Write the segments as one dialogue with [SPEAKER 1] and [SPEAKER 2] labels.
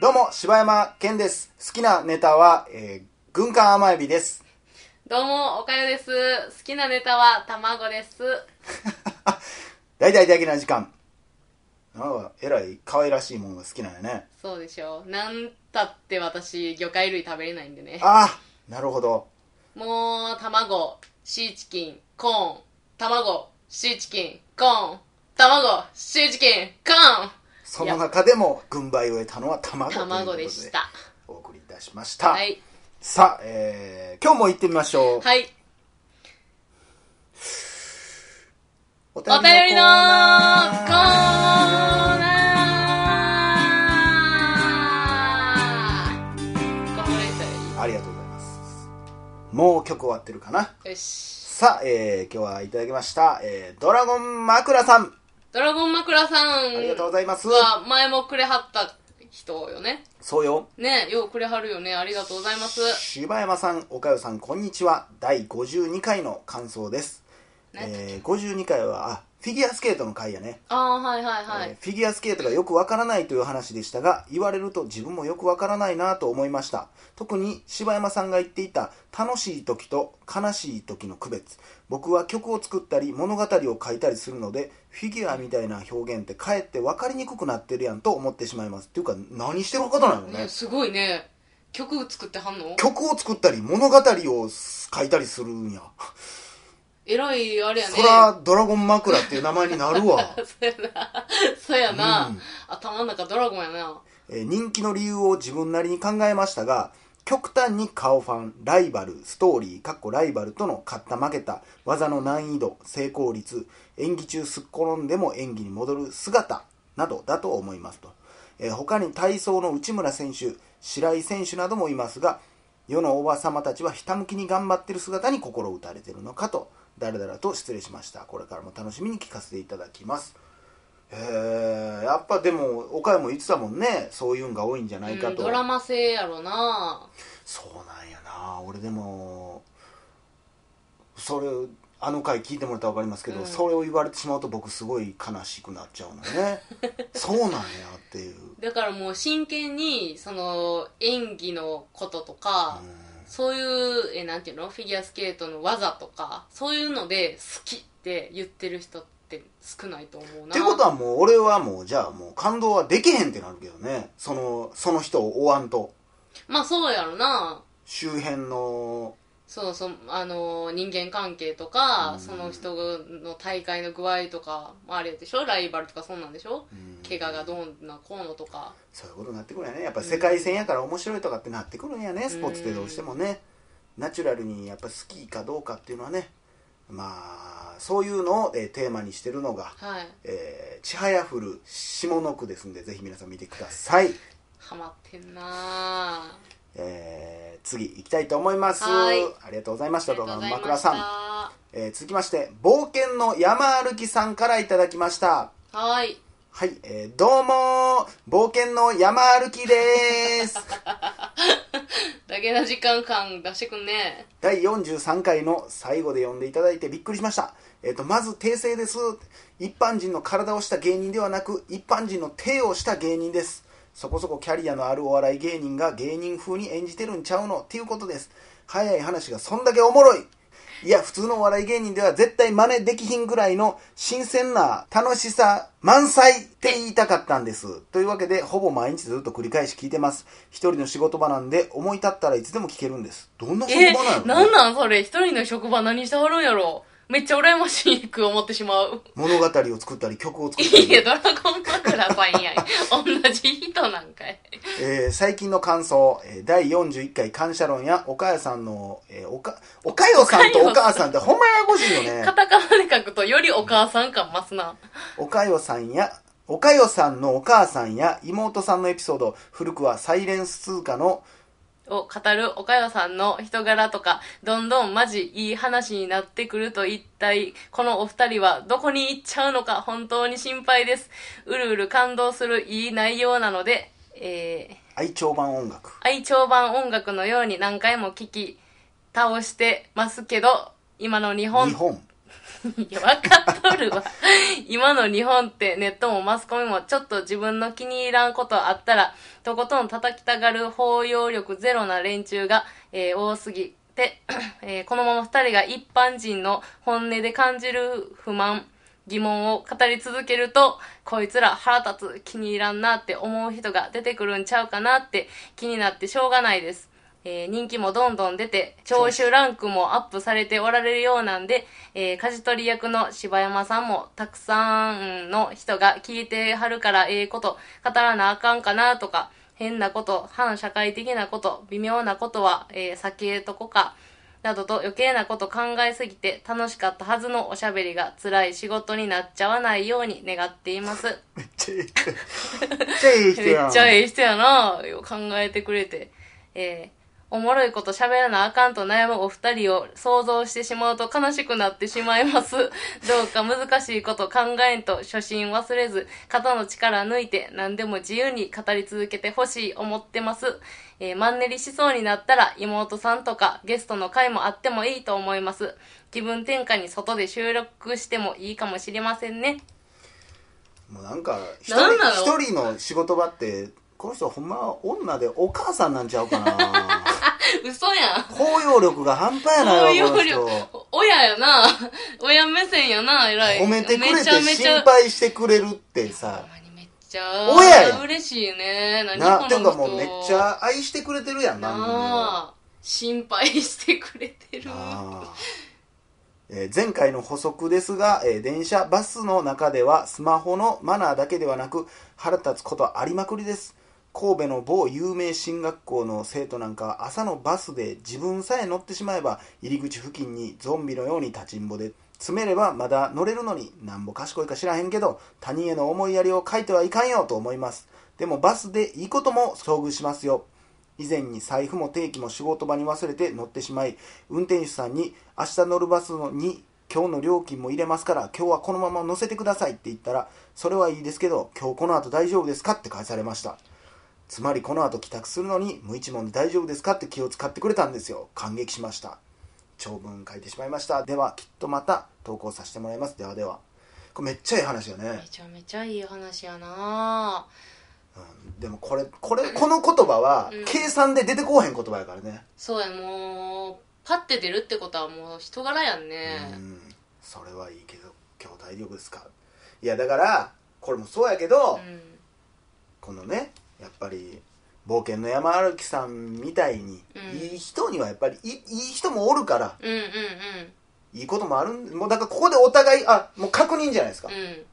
[SPEAKER 1] どうも、柴山健です。好きなネタは、えー、軍艦甘エビです。
[SPEAKER 2] どうも、おかよです。好きなネタは卵です。
[SPEAKER 1] 大体だけな時間。なんか、えらい可愛らしいもんが好きなんやね。
[SPEAKER 2] そうでしょう。なんたって私、魚介類食べれないんでね。
[SPEAKER 1] ああなるほど。
[SPEAKER 2] もう、卵、シーチキン、コーン、卵、シーチキン、コーン、卵、シーチキン、コ
[SPEAKER 1] その中でも、軍配を得たのは
[SPEAKER 2] ー
[SPEAKER 1] 卵という
[SPEAKER 2] ン。
[SPEAKER 1] こと
[SPEAKER 2] 卵
[SPEAKER 1] で
[SPEAKER 2] でした。
[SPEAKER 1] お送りいたしました。
[SPEAKER 2] はい。
[SPEAKER 1] さあ、えー、今日も行ってみましょう。
[SPEAKER 2] はい。
[SPEAKER 1] お
[SPEAKER 2] お便りのコーナーこれで
[SPEAKER 1] ありがとうございます。もう曲終わってるかな。
[SPEAKER 2] いいよし。
[SPEAKER 1] さあ、えー、今日はいただきました、えー、ドラゴン枕さん。
[SPEAKER 2] ドラゴン枕さん。
[SPEAKER 1] ありがとうございます。
[SPEAKER 2] は前もくれはった人よね
[SPEAKER 1] そうよ。
[SPEAKER 2] ねようくれはるよねありがとうございます
[SPEAKER 1] 柴山さん、岡代さん、こんにちは。第52回の感想です。
[SPEAKER 2] ね
[SPEAKER 1] えー、52回は、あ、フィギュアスケートの回やね、
[SPEAKER 2] ああはいはいはい、
[SPEAKER 1] えーフィギュアスケートがよくわからないという話でしたが、言われると自分もよくわからないなと思いました。特に柴山さんが言っていた楽しい時と悲しい時の区別。僕は曲を作ったり物語を書いたりするので、フィギュアみたいな表現ってかえってわかりにくくなってるやんと思ってしまいます。っていうか、何してることなのね
[SPEAKER 2] ね。すごいね曲作ってはんの
[SPEAKER 1] 曲を作ったり物語を書いたりするんや、
[SPEAKER 2] えらいあれやね
[SPEAKER 1] そら「ドラゴン枕」っていう名前になる わ
[SPEAKER 2] そうやな そうやな、
[SPEAKER 1] うん
[SPEAKER 2] 頭の中ドラゴンやな
[SPEAKER 1] えー人気の理由を自分なりに考えましたが極端に顔ファンライバルストーリーかっこライバルとの勝った負けた技の難易度成功率演技中すっ転んでも演技に戻る姿などだと思いますと、えー他に体操の内村選手白井選手などもいますが世のおばさまたちはひたむきに頑張ってる姿に心打たれてるのかとだらだらと失礼しましたこれからも楽しみに聞かせていただきますへえやっぱでも岡山も言ってたもんねそういうんが多いんじゃないか
[SPEAKER 2] うん
[SPEAKER 1] と、
[SPEAKER 2] ドラマ性やろな
[SPEAKER 1] そうなんやな俺でもそれあの回聞いてもらったら分かりますけど、
[SPEAKER 2] うん
[SPEAKER 1] それを言われてしまうと僕すごい悲しくなっちゃうの ねそうなんやっていう、
[SPEAKER 2] だからもう真剣にその演技のこととか、
[SPEAKER 1] う、
[SPEAKER 2] そういうえなんていうのフィギュアスケートの技とかそういうので好きって言ってる人って少ないと思うなん
[SPEAKER 1] ってことはもう俺はもうじゃあもう感動はできへんってなるけどねそのその人を追わんと
[SPEAKER 2] まあそうやろな
[SPEAKER 1] 周辺の
[SPEAKER 2] そうそうあのー人間関係とか、
[SPEAKER 1] うん
[SPEAKER 2] その人の大会の具合とかまああれでしょライバルとかそんなんでしょ、
[SPEAKER 1] うん
[SPEAKER 2] 怪我がどうなこうのとか
[SPEAKER 1] そういうことになってくるんやねやっぱ世界戦やから面白いとかってなってくるんやねスポーツってどうしてもねナチュラルにやっぱ好きかどうかっていうのはねまあそういうのを、えーテーマにしてるのが、
[SPEAKER 2] はい
[SPEAKER 1] えー、ちはやふる下の句ですんでぜひ皆さん見てください、
[SPEAKER 2] ハマってんなあ
[SPEAKER 1] えー次行きたいと思います
[SPEAKER 2] はい
[SPEAKER 1] ありがとうございましたどうも枕
[SPEAKER 2] した
[SPEAKER 1] さん、えー続きまして冒険の山歩きさんからいただきました
[SPEAKER 2] はい
[SPEAKER 1] はい、えーどうも冒険の山歩きです
[SPEAKER 2] だけな時間感出してくんね
[SPEAKER 1] 第43回の最後で読んでいただいてびっくりしました、えっとまず訂正です一般人の体をした芸人ではなく一般人の手をした芸人ですそこそこキャリアのあるお笑い芸人が芸人風に演じてるんちゃうのっていうことです早い話がそんだけおもろいいや普通のお笑い芸人では絶対真似できひんぐらいの新鮮な楽しさ満載って言いたかったんですというわけでほぼ毎日ずっと繰り返し聞いてます一人の仕事場なんで思い立ったらいつでも聞けるんですどんな
[SPEAKER 2] え
[SPEAKER 1] 職場なの
[SPEAKER 2] なんなんそれ一人の職場何してはるんやろめっちゃ羨ましく思ってしまう
[SPEAKER 1] 物語を作ったり曲を作ったり
[SPEAKER 2] いや、ドラゴン枕さん やん。同じ人なんかい。
[SPEAKER 1] えー最近の感想、えー第41回感謝論や、岡谷さんの、えー、おか、岡代さんとお母さんってほんまややこしいよね
[SPEAKER 2] カ。タカナで書くとよりお母さん感増すな。
[SPEAKER 1] 岡代さんや、岡代さんのお母さんや妹さんのエピソード、古くはサイレンス通貨の、
[SPEAKER 2] を語る岡代さんの人柄とか、どんどんマジいい話になってくると一体、このお二人はどこに行っちゃうのか本当に心配です。うるうる感動するいい内容なので、えー、
[SPEAKER 1] 愛鳥版音楽。
[SPEAKER 2] 愛鳥版音楽のように何回も聴き倒してますけど、今の日本
[SPEAKER 1] 日本。
[SPEAKER 2] いや、わかっとるわ。今の日本ってネットもマスコミもちょっと自分の気に入らんことあったら、とことん叩きたがる包容力ゼロな連中が、えー多すぎて、 えーこのまま二人が一般人の本音で感じる不満、疑問を語り続けると、こいつら腹立つ気に入らんなって思う人が出てくるんちゃうかなって気になってしょうがないです。えー人気もどんどん出て、聴取ランクもアップされておられるようなんで、えー、舵取り役の柴山さんもたくさんの人が聞いてはるからええこと語らなあかんかなとか、変なこと、反社会的なこと、微妙なことは、えー避けとこか、などと余計なこと考えすぎて楽しかったはずのおしゃべりが辛い仕事になっちゃわないように願っています。
[SPEAKER 1] めっちゃいい人。めっちゃいい人
[SPEAKER 2] め
[SPEAKER 1] やん。
[SPEAKER 2] っちゃええ人やなよう考えてくれて。えーおもろいこと喋らなあかんと悩むお二人を想像してしまうと悲しくなってしまいます。 どうか難しいこと考えんと初心忘れず、肩の力抜いて何でも自由に語り続けてほしい思ってます。えーマンネリしそうになったら妹さんとかゲストの回もあってもいいと思います。気分転換に外で収録してもいいかもしれませんね。
[SPEAKER 1] もうなんか、一
[SPEAKER 2] な
[SPEAKER 1] 人
[SPEAKER 2] んなの
[SPEAKER 1] 一人の仕事場って、この人ほんま女でお母さんなんちゃうかな
[SPEAKER 2] 嘘やん。
[SPEAKER 1] 包容力が半端やな
[SPEAKER 2] 包
[SPEAKER 1] よ、この
[SPEAKER 2] 容力
[SPEAKER 1] 人。
[SPEAKER 2] 親やな親目線やな偉い
[SPEAKER 1] 褒めてくれ
[SPEAKER 2] め
[SPEAKER 1] て
[SPEAKER 2] ちゃめち
[SPEAKER 1] 心
[SPEAKER 2] ゃ
[SPEAKER 1] 配してくれるってさ
[SPEAKER 2] ほん。まにめっちゃ
[SPEAKER 1] 親やん
[SPEAKER 2] 嬉しいね何
[SPEAKER 1] な、
[SPEAKER 2] この
[SPEAKER 1] て
[SPEAKER 2] 人
[SPEAKER 1] いうかもうめっちゃ愛してくれてるやん、
[SPEAKER 2] な
[SPEAKER 1] 番組を。
[SPEAKER 2] あ心配してくれてる
[SPEAKER 1] あーえー前回の補足ですが、えー電車バスの中ではスマホのマナーだけではなく腹立つことありまくりです神戸の某有名進学校の生徒なんかは朝のバスで自分さえ乗ってしまえば入り口付近にゾンビのように立ちんぼで詰めればまだ乗れるのになんぼ賢いか知らへんけど他人への思いやりを書いてはいかんよと思いますでもバスでいいことも遭遇しますよ以前に財布も定期も仕事場に忘れて乗ってしまい運転手さんに明日乗るバスのに今日の料金も入れますから今日はこのまま乗せてくださいって言ったらそれはいいですけど今日この後大丈夫ですかって返されましたつまりこの後帰宅するのに無一文で大丈夫ですかって気を使ってくれたんですよ感激しました長文書いてしまいましたではきっとまた投稿させてもらいますではではこれめっちゃいい話よね
[SPEAKER 2] めちゃめちゃいい話やな
[SPEAKER 1] でもこれこれこの言葉は
[SPEAKER 2] うん
[SPEAKER 1] 計算で出てこうへん言葉やからね
[SPEAKER 2] そうやもうパッて出るってことはもう人柄やんね
[SPEAKER 1] うんそれはいいけど今日大丈夫ですかいやだからこれもそうやけど、
[SPEAKER 2] う
[SPEAKER 1] このねやっぱり冒険の山歩きさんみたいに、
[SPEAKER 2] うん
[SPEAKER 1] いい人にはやっぱりいいい人もおるから
[SPEAKER 2] んうんうん
[SPEAKER 1] いいこともあるんもうだからここでお互いあもう確認じゃないですか、
[SPEAKER 2] うんうん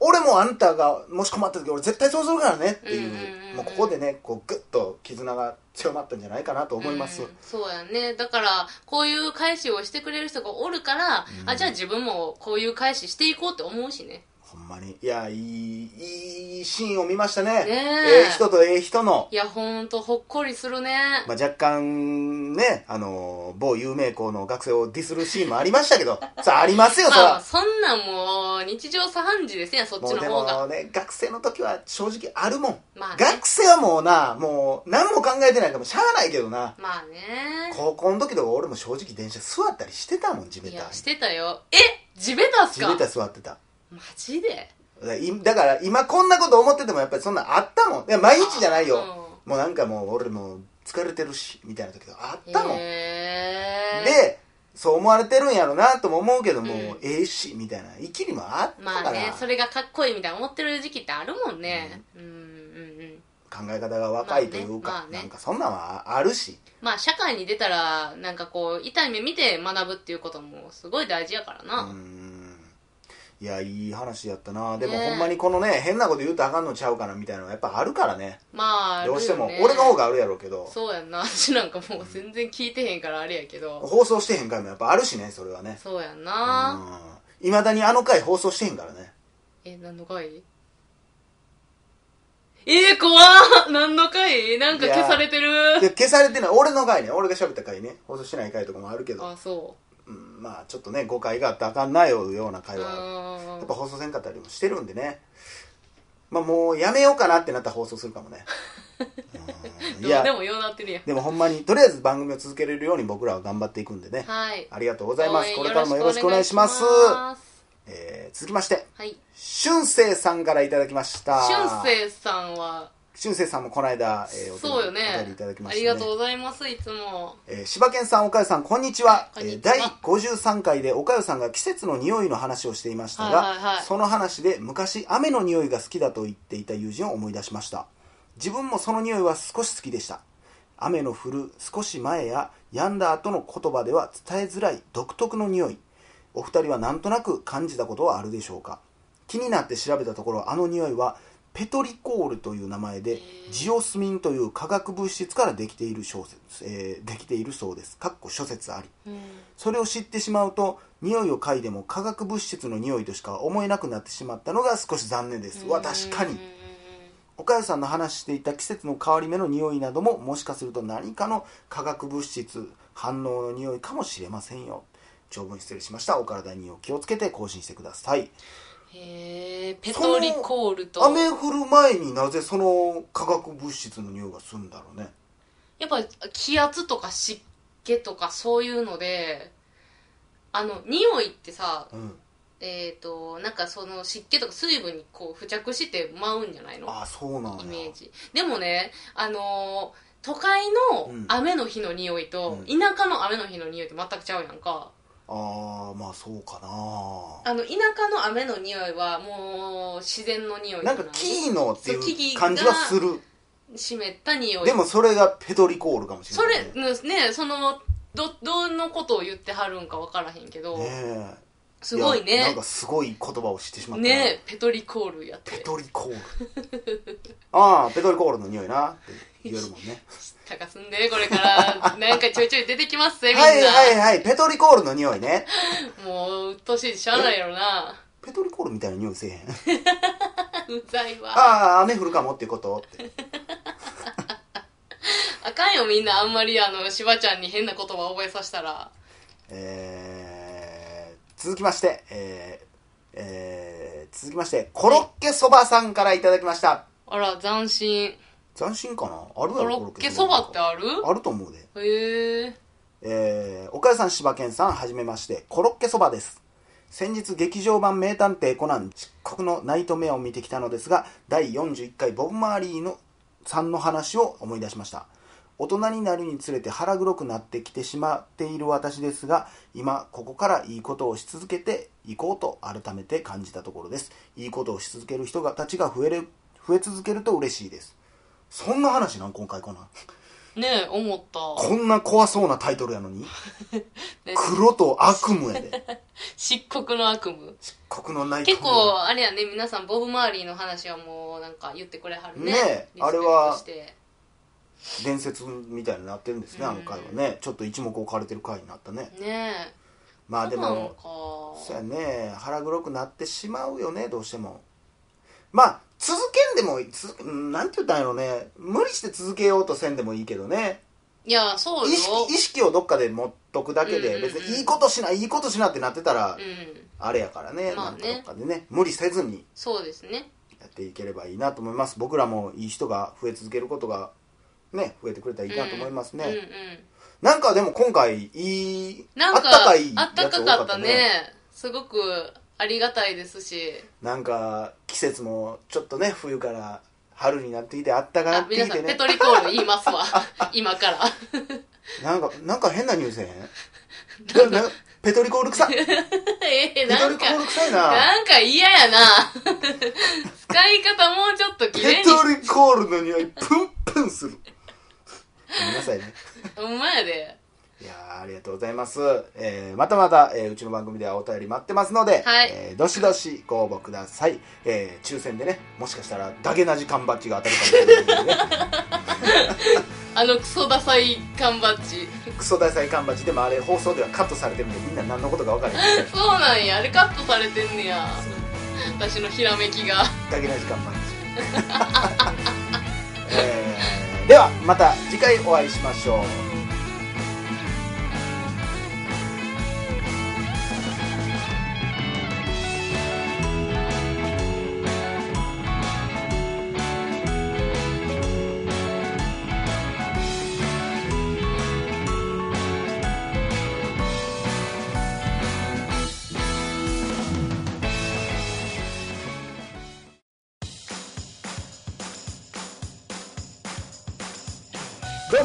[SPEAKER 1] 俺もあんたがもし困った時俺絶対そうするからねっていう,、
[SPEAKER 2] うんうんうんうん
[SPEAKER 1] もうここでねこうグッと絆が強まったんじゃないかなと思います、
[SPEAKER 2] うんそうやねだからこういう返しをしてくれる人がおるから、
[SPEAKER 1] うん
[SPEAKER 2] あじゃあ自分もこういう返ししていこうって思うしね
[SPEAKER 1] ほんまにいやいいいいシーンを見ましたね
[SPEAKER 2] ねえ
[SPEAKER 1] ええ人とええ人の
[SPEAKER 2] いやほんとほっこりするね、
[SPEAKER 1] まあ、若干ね、あの某有名校の学生をディスるシーンもありましたけど、 さあ、ありますよ、そ
[SPEAKER 2] まあ
[SPEAKER 1] ら。
[SPEAKER 2] そんなんもう日常茶飯事ですやんそっ
[SPEAKER 1] も
[SPEAKER 2] ち
[SPEAKER 1] う
[SPEAKER 2] の
[SPEAKER 1] で
[SPEAKER 2] 方が
[SPEAKER 1] もね、学生の時は正直あるもん。
[SPEAKER 2] まあね
[SPEAKER 1] 学生はもうな、もう何も考えてないからもうしゃあないけどな。
[SPEAKER 2] まあね
[SPEAKER 1] 高校の時とか俺も正直電車座ったりしてたもん、地べ
[SPEAKER 2] い
[SPEAKER 1] た
[SPEAKER 2] や
[SPEAKER 1] に。
[SPEAKER 2] してたよえ地べたっす
[SPEAKER 1] 地
[SPEAKER 2] か
[SPEAKER 1] べた座ってた。
[SPEAKER 2] マジで
[SPEAKER 1] だからいだから今こんなこと思っててもやっぱりそんなんあったもん。いや、毎日じゃないよ。もうなんかもう俺もう疲れてるし、みたいな時とかあ
[SPEAKER 2] う
[SPEAKER 1] っ
[SPEAKER 2] ん
[SPEAKER 1] たもん。
[SPEAKER 2] へえ
[SPEAKER 1] でそう思われてるんやろなとも思うけども、
[SPEAKER 2] うん
[SPEAKER 1] ええしみたいな生きりもあったから、
[SPEAKER 2] まあねそれがかっこいいみたいな思ってる時期ってあるもんね、うん、うんうん
[SPEAKER 1] 考え方が若いというか、
[SPEAKER 2] まあねまあね
[SPEAKER 1] なんかそんなんはあるし
[SPEAKER 2] まあ社会に出たらなんかこう痛い目見て学ぶっていうこともすごい大事やから
[SPEAKER 1] う
[SPEAKER 2] な、
[SPEAKER 1] ーんいやいい話やったなでも
[SPEAKER 2] ねえ
[SPEAKER 1] ほんまにこのね変なこと言うとあかんのちゃうかなみたいなのはやっぱあるからね
[SPEAKER 2] まあ
[SPEAKER 1] どうしても、
[SPEAKER 2] ルールね
[SPEAKER 1] 俺の方があるやろうけど
[SPEAKER 2] そうやんな私なんかもう全然聞いてへんからあれやけど
[SPEAKER 1] 放送してへん回もやっぱあるしねそれはね
[SPEAKER 2] そうやんな、
[SPEAKER 1] いまだにあの回放送してへんからね
[SPEAKER 2] え何の回えー、怖っ何の回なんか消されて
[SPEAKER 1] で
[SPEAKER 2] る
[SPEAKER 1] 消されてない俺の回ね俺が喋った回ね放送してない回とかもあるけど、
[SPEAKER 2] あそ
[SPEAKER 1] うん、まあちょっとね誤解があったらあかんないような
[SPEAKER 2] う
[SPEAKER 1] 会
[SPEAKER 2] う
[SPEAKER 1] 話
[SPEAKER 2] ー
[SPEAKER 1] やっ
[SPEAKER 2] ん
[SPEAKER 1] ぱ放送せんかったりもしてるん でねまあもうやめようかなってなったら放送するかもねうん
[SPEAKER 2] ど
[SPEAKER 1] いや
[SPEAKER 2] でもようなってるやん
[SPEAKER 1] でもほんまにとりあえず番組を続けれるように僕らは頑張っていくんでね、
[SPEAKER 2] はい
[SPEAKER 1] ありがとうございます
[SPEAKER 2] 応援
[SPEAKER 1] これからもよろしくお願いします
[SPEAKER 2] よろしくお願いします
[SPEAKER 1] えー続きまして
[SPEAKER 2] はい
[SPEAKER 1] 俊生さんからいただきました
[SPEAKER 2] 俊生さんは
[SPEAKER 1] 俊生さんもこの間、えー、お便り
[SPEAKER 2] そうよね
[SPEAKER 1] お便りいただきま
[SPEAKER 2] あ
[SPEAKER 1] し
[SPEAKER 2] り
[SPEAKER 1] たね
[SPEAKER 2] がとうございますいつも
[SPEAKER 1] えー、柴犬さん、岡代さん、こんにちは。
[SPEAKER 2] こんにちは
[SPEAKER 1] えー第53回で岡代さんが季節の匂いの話をしていましたが、
[SPEAKER 2] はいはいはい
[SPEAKER 1] その話で昔雨の匂いが好きだと言っていた友人を思い出しました。自分もその匂いは少し好きでした。雨の降る少し前や止んだ後の言葉では伝えづらい独特の匂い。お二人はなんとなく感じたことはあるでしょうか気になって調べたところ、あの匂いはペトリコールという名前でジオスミンという化学物質からできている小説、えーできているそうです。かっこ諸説あり。
[SPEAKER 2] うん
[SPEAKER 1] それを知ってしまうと匂いを嗅いでも化学物質の匂いとしか思えなくなってしまったのが少し残念です。うわ確か
[SPEAKER 2] う
[SPEAKER 1] に
[SPEAKER 2] ん。
[SPEAKER 1] 岡谷さんの話していた季節の変わり目の匂いなどももしかすると何かの化学物質反応の匂いかもしれませんよ。長文失礼しました。お体にお気をつけて更新してください。
[SPEAKER 2] へえペトリコールと
[SPEAKER 1] 雨降る前になぜその化学物質の匂いがするんだろうね。
[SPEAKER 2] やっぱ気圧とか湿気とかそういうのであの匂いってさ
[SPEAKER 1] うん。
[SPEAKER 2] えっ、となんかその湿気とか水分にこう付着して舞うんじゃないの
[SPEAKER 1] ああ、そうなんや。
[SPEAKER 2] イメージでもねあのー都会の
[SPEAKER 1] うん
[SPEAKER 2] 雨の日の匂いと、
[SPEAKER 1] うん
[SPEAKER 2] 田舎の雨の日の匂いって全くちゃうやんか
[SPEAKER 1] ああ、まあそうかな。
[SPEAKER 2] あの田舎の雨の匂いはもう自然の匂い
[SPEAKER 1] なんかキーノって
[SPEAKER 2] そう木
[SPEAKER 1] いう
[SPEAKER 2] 々
[SPEAKER 1] 感じはする。
[SPEAKER 2] 湿った匂い
[SPEAKER 1] でもそれがペトリコールかもし
[SPEAKER 2] そ
[SPEAKER 1] れない
[SPEAKER 2] れ
[SPEAKER 1] ね。
[SPEAKER 2] ねそのどどのことを言ってはるんか分からへんけど、
[SPEAKER 1] ねえ
[SPEAKER 2] すごい
[SPEAKER 1] や
[SPEAKER 2] ね
[SPEAKER 1] なんかすごい言葉を知ってしまったな
[SPEAKER 2] ねペトリコールやって
[SPEAKER 1] ペトリコール ああペトリコールの匂いなって言えるも んね
[SPEAKER 2] 高すんでこれか らなんかちょいちょい出てきますぜみんな、
[SPEAKER 1] はいはいはいペトリコールの匂いね
[SPEAKER 2] もううっとうしいしゃあないやろな
[SPEAKER 1] ペトリコールみたいな匂いせえへ ん
[SPEAKER 2] うざいわ
[SPEAKER 1] ああ雨降るかもってことって
[SPEAKER 2] あかんよみんなあんまりあのしばちゃんに変な言葉覚えさせたら
[SPEAKER 1] えー、続きましてえーえー続きましてコロッケそばさんからいただきました
[SPEAKER 2] あら斬新
[SPEAKER 1] 斬新かなあるだ
[SPEAKER 2] コ
[SPEAKER 1] ろ
[SPEAKER 2] ロッケそばってある
[SPEAKER 1] あると思うで
[SPEAKER 2] へえ
[SPEAKER 1] えー、岡谷さん、柴犬さん、はじめまして、コロッケそばです。先日、劇場版名探偵コナン、漆黒のナイトメアを見てきたのですが、第41回ボブ・マーリーのさんの話を思い出しました。大人になるにつれて腹黒くなってきてしまっている私ですが、今、ここからいいことをし続けていこうと改めて感じたところです。いいことをし続ける人がたちが増えれ増え続けると嬉しいです。そんな話なん今回コナン。
[SPEAKER 2] ねえ思った、
[SPEAKER 1] こんな怖そうなタイトルやのに。
[SPEAKER 2] ね、
[SPEAKER 1] 黒と悪夢や で
[SPEAKER 2] 漆黒の悪夢
[SPEAKER 1] 漆黒のナイトメア
[SPEAKER 2] 結構あれやね皆さんボブ・マーリーの話はもうなんか言ってくれはるね
[SPEAKER 1] ねえ
[SPEAKER 2] リスペクト
[SPEAKER 1] あれは
[SPEAKER 2] して
[SPEAKER 1] 伝説みたいになってるんですねあの回はねちょっと一目置かれてる回になったね
[SPEAKER 2] ねえ
[SPEAKER 1] まあで
[SPEAKER 2] そうなの
[SPEAKER 1] も
[SPEAKER 2] か
[SPEAKER 1] そうやね腹黒くなってしまうよねどうしてもまあ続けんでもつうんなんて言ったんやろね無理して続けようとせんでもいいけどね
[SPEAKER 2] いやそう
[SPEAKER 1] 意
[SPEAKER 2] よ
[SPEAKER 1] 識意識をどっかで持っとくだけ
[SPEAKER 2] うん
[SPEAKER 1] で
[SPEAKER 2] うんうん
[SPEAKER 1] 別にいいことしないいいことしなってなってたら
[SPEAKER 2] うん
[SPEAKER 1] あれやからね
[SPEAKER 2] まあ
[SPEAKER 1] な
[SPEAKER 2] ね
[SPEAKER 1] んかどっかでね無理せずに
[SPEAKER 2] そうですね
[SPEAKER 1] やっていければいいなと思います僕らもいい人が増え続けることがね増えてくれたらいいなと思いますね、
[SPEAKER 2] うんうん
[SPEAKER 1] なんかでも今回いい
[SPEAKER 2] なん
[SPEAKER 1] あ
[SPEAKER 2] か
[SPEAKER 1] ったかい
[SPEAKER 2] あった
[SPEAKER 1] やつ
[SPEAKER 2] か
[SPEAKER 1] 多
[SPEAKER 2] かったねすごくありがたいですし
[SPEAKER 1] なんか季節もちょっとね冬から春になってきてあったかな
[SPEAKER 2] あ
[SPEAKER 1] って
[SPEAKER 2] 皆
[SPEAKER 1] き
[SPEAKER 2] さ
[SPEAKER 1] て
[SPEAKER 2] んペ
[SPEAKER 1] ね
[SPEAKER 2] トリコール言います わ今から
[SPEAKER 1] なんかなんか変なニュースへんななんかペトリコール臭いペ
[SPEAKER 2] ええな
[SPEAKER 1] ト
[SPEAKER 2] ん
[SPEAKER 1] リコ
[SPEAKER 2] か
[SPEAKER 1] ール臭いな
[SPEAKER 2] なんか嫌やな 使い方もうちょっときれ
[SPEAKER 1] ペ
[SPEAKER 2] いに
[SPEAKER 1] トリコールの匂いプンプンするごめんなさいね
[SPEAKER 2] ほんまやで
[SPEAKER 1] いやーありがとうございます。えーまたまた、えーうちの番組ではお便り待ってますので、
[SPEAKER 2] はい
[SPEAKER 1] えーどしどしご応募ください。えー抽選でね、もしかしたらダゲな時間バッジが当たるかもしれない んでね、
[SPEAKER 2] あのクソダサい缶バッジ
[SPEAKER 1] クソ大祭缶バッジでもあれ放送ではカットされてるんで、みんな何のことか分からない。
[SPEAKER 2] そうなんやあれカットされてんねや私のひらめきが
[SPEAKER 1] ダゲな時間バッジ。 えーでは、また次回お会いしましょう。
[SPEAKER 3] 「
[SPEAKER 1] どう